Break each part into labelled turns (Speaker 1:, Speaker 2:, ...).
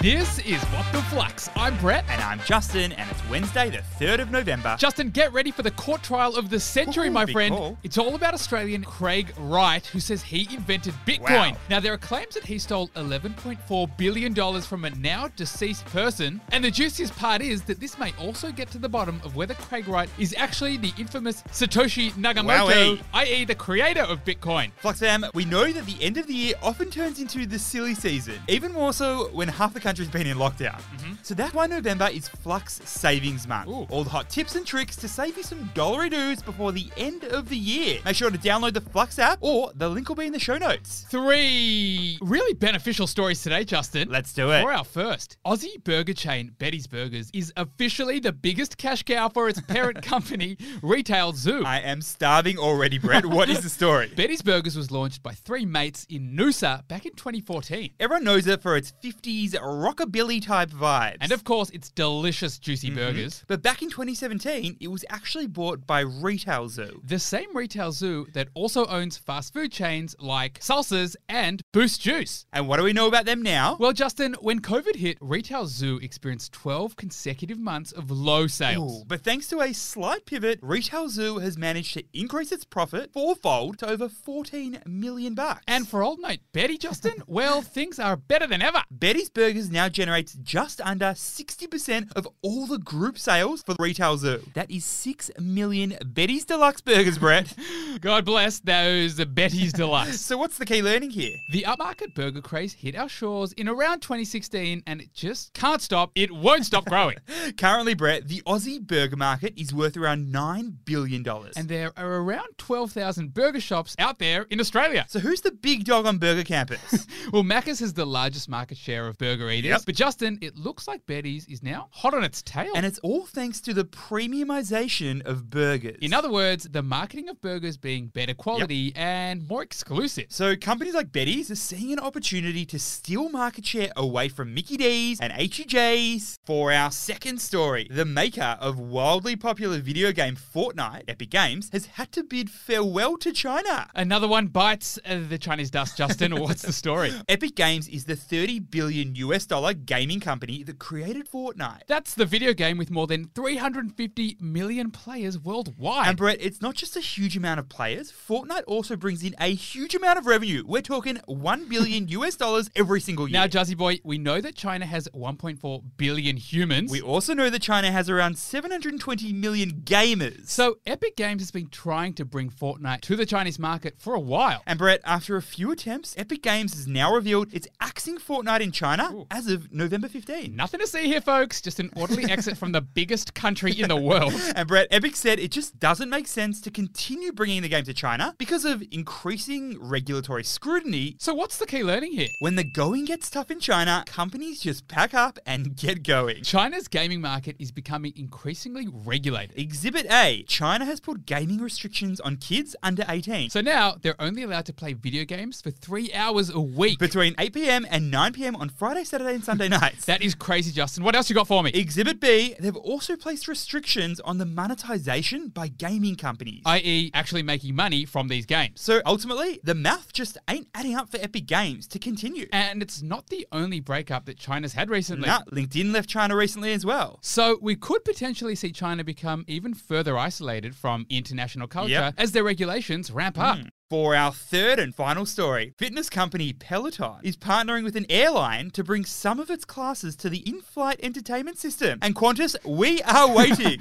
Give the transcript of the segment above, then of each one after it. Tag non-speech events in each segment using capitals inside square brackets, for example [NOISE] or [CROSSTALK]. Speaker 1: This is What the Flux. I'm Brett.
Speaker 2: And I'm Justin, and it's Wednesday, the 3rd of November.
Speaker 1: Justin, get ready for the court trial of the century,
Speaker 2: Ooh,
Speaker 1: my
Speaker 2: big
Speaker 1: friend.
Speaker 2: call.
Speaker 1: It's all about Australian Craig Wright, who says he invented Bitcoin.
Speaker 2: Wow.
Speaker 1: Now, there are claims that he stole $11.4 billion from a now deceased person. And the juiciest part is that this may also get to the bottom of whether Craig Wright is actually the infamous Satoshi Nakamoto,
Speaker 2: Wowee.
Speaker 1: i.e., the creator of Bitcoin.
Speaker 2: Fluxam, we know that the end of the year often turns into the silly season, even more so when half the country's been in lockdown. So that's why November is Flux Savings Month.
Speaker 1: Mm-hmm. Ooh.
Speaker 2: All the hot tips and tricks to save you some dollary doos before the end of the year. Make sure to download the Flux app, or the link will be in the show notes.
Speaker 1: Three really beneficial stories today, Justin.
Speaker 2: Let's do it.
Speaker 1: For our first, Aussie burger chain Betty's Burgers is officially the biggest cash cow for its
Speaker 2: [LAUGHS]
Speaker 1: parent company, Retail Zoo.
Speaker 2: I am starving already, Brett. What is
Speaker 1: [LAUGHS]
Speaker 2: the story?
Speaker 1: Betty's Burgers was launched by three mates in Noosa back in 2014.
Speaker 2: Everyone knows it for its 50s rockabilly type vibes.
Speaker 1: And of course, it's delicious, juicy
Speaker 2: Mm-hmm.
Speaker 1: burgers.
Speaker 2: But back in 2017, it was actually bought by Retail Zoo.
Speaker 1: The same retail zoo that also owns fast food chains like Salsas and Boost Juice.
Speaker 2: And what do we know about them now?
Speaker 1: Well, Justin, when COVID hit, Retail Zoo experienced 12 consecutive months of low sales.
Speaker 2: Ooh, but thanks to a slight pivot, Retail Zoo has managed to increase its profit fourfold to over 14 million bucks.
Speaker 1: And for old mate Betty,
Speaker 2: [LAUGHS]
Speaker 1: Justin, well, things are better than ever.
Speaker 2: Betty's Burgers now generates just under 60% of all the group sales for Retail Zoo. That is 6 million Betty's Deluxe burgers,
Speaker 1: [LAUGHS]
Speaker 2: Brett.
Speaker 1: God bless those Betty's Deluxe.
Speaker 2: [LAUGHS] so what's the key learning here?
Speaker 1: The upmarket burger craze hit our shores in around 2016 and it just can't stop. It won't stop
Speaker 2: [LAUGHS]
Speaker 1: growing.
Speaker 2: Currently, Brett, the Aussie burger market is worth around $9 billion.
Speaker 1: and there are around 12,000 burger shops out there in Australia.
Speaker 2: so who's the big dog on
Speaker 1: [LAUGHS]
Speaker 2: Burger Campus?
Speaker 1: Well, Macca's has the largest market share of burger eaters.
Speaker 2: Yep.
Speaker 1: But Justin, it looks like Betty's is now hot on its tail.
Speaker 2: and it's all thanks to the premiumization of burgers.
Speaker 1: in other words, the marketing of burgers being better quality and more exclusive.
Speaker 2: So companies like Betty's are seeing an opportunity to steal market share away from Mickey D's and HEJ's. For our second story, the maker of wildly popular video game Fortnite, Epic Games, has had to bid farewell to China.
Speaker 1: Another one bites uh, the Chinese dust, Justin. What's the
Speaker 2: [LAUGHS]
Speaker 1: story?
Speaker 2: Epic Games is the 30 billion US dollar gaming company that created Fortnite.
Speaker 1: That's the video game with more than 350 million players worldwide.
Speaker 2: And Brett, it's not just a huge amount of players. Fortnite also brings in a huge amount of revenue. We're talking 1 billion US dollars every single year.
Speaker 1: now, Jazzy Boy, we know that China has 1.4 billion humans.
Speaker 2: We also know that China has around 720 million gamers.
Speaker 1: so, Epic Games has been trying to bring Fortnite to the Chinese market for a while.
Speaker 2: and Brett, after a few attempts, Epic Games has now revealed it's axing Fortnite in China
Speaker 1: Ooh.
Speaker 2: as of November 15.
Speaker 1: Nothing to see here, folks. Just an orderly
Speaker 2: [LAUGHS]
Speaker 1: exit from the biggest country in the world.
Speaker 2: And Brett, Epic said it just doesn't make sense to continue bringing the game to China because of increasing regulatory scrutiny.
Speaker 1: So, what's the key learning here?
Speaker 2: When the going gets tough in China, companies just pack up and get going.
Speaker 1: China's gaming market is becoming increasingly regulated.
Speaker 2: Exhibit A China has put gaming restrictions on kids under 18.
Speaker 1: So now they're only allowed to play video games for three hours a week.
Speaker 2: between 8 p.m. and 9 p.m. on Friday, Saturday, and Sunday [LAUGHS] nights.
Speaker 1: that is crazy, Justin. What else you got for me?
Speaker 2: Exhibit B, they've also placed restrictions on the monetization by gaming companies.
Speaker 1: i.e., actually making money from these games.
Speaker 2: so ultimately, the math just ain't adding up for Epic Games to continue.
Speaker 1: And it's not the only breakup that China's had recently.
Speaker 2: Nah, LinkedIn left China recently as well.
Speaker 1: So we could potentially see China become even further isolated from international culture
Speaker 2: Yep. Hmm.
Speaker 1: as their regulations ramp up.
Speaker 2: For our third and final story, fitness company Peloton is partnering with an airline to bring some of its classes to the in flight entertainment system. And Qantas, we are waiting.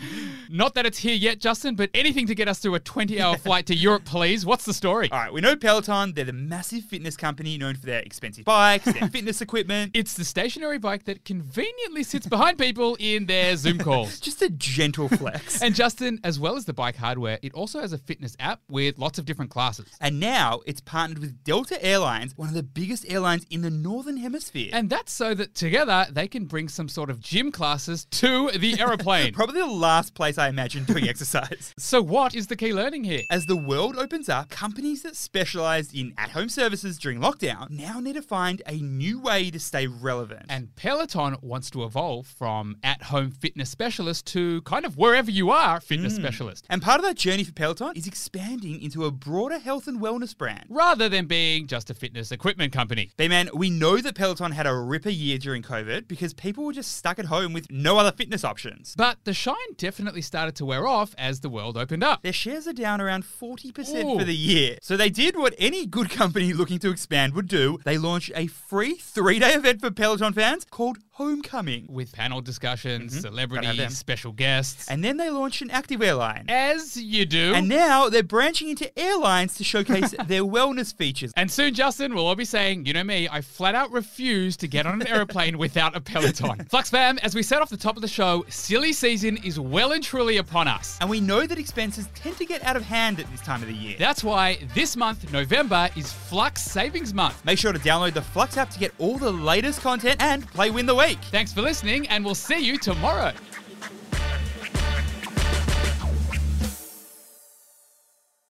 Speaker 1: Not that it's here yet, Justin, but anything to get us through a 20
Speaker 2: [LAUGHS]
Speaker 1: hour flight to Europe, please. What's the story?
Speaker 2: All right, we know Peloton, they're the massive fitness company known for their expensive bikes, their
Speaker 1: [LAUGHS]
Speaker 2: fitness equipment.
Speaker 1: It's the stationary bike that conveniently sits behind people in their Zoom
Speaker 2: [LAUGHS]
Speaker 1: calls.
Speaker 2: Just a gentle flex.
Speaker 1: [LAUGHS] And Justin, as well as the bike hardware, it also has a fitness app with lots of different classes.
Speaker 2: And now it's partnered with Delta Airlines, one of the biggest airlines in the Northern Hemisphere.
Speaker 1: And that's so that together they can bring some sort of gym classes to
Speaker 2: [LAUGHS]
Speaker 1: the aeroplane.
Speaker 2: Probably the last place I imagine doing [LAUGHS] exercise.
Speaker 1: so, what is the key learning here?
Speaker 2: As the world opens up, companies that specialized in at home services during lockdown now need to find a new way to stay relevant.
Speaker 1: And Peloton wants to evolve from at home fitness specialist to
Speaker 2: Mm.
Speaker 1: kind of wherever you are fitness specialist.
Speaker 2: And part of that journey for Peloton is expanding into a broader health and wellness brand.
Speaker 1: rather than being just a fitness equipment company.
Speaker 2: But man, we know that Peloton had a ripper year during COVID because people were just stuck at home with no other fitness options.
Speaker 1: But the shine definitely started to wear off as the world opened up.
Speaker 2: Their shares are down around 40%
Speaker 1: Ooh.
Speaker 2: for the year. So they did what any good company looking to expand would do. They launched a free three day event for Peloton fans called Homecoming.
Speaker 1: With panel discussions,
Speaker 2: Mm-hmm. them.
Speaker 1: celebrities, special guests.
Speaker 2: And then they launched an activewear line.
Speaker 1: as you do.
Speaker 2: And
Speaker 1: And,
Speaker 2: now they're branching into airlines to showcase their wellness features.
Speaker 1: soon, Justin, we'll all be saying, you know me, I flat out refuse to get on an aeroplane without a Peloton. Flux fam, as we said off the top of the show, silly season is well and truly upon us.
Speaker 2: And we know that expenses tend to get out of hand at this time of the year.
Speaker 1: That's why this month, November, is Flux Savings Month.
Speaker 2: Make sure to download the Flux app to get all the latest content and play Win the Week.
Speaker 1: Thanks for listening, and we'll see you tomorrow.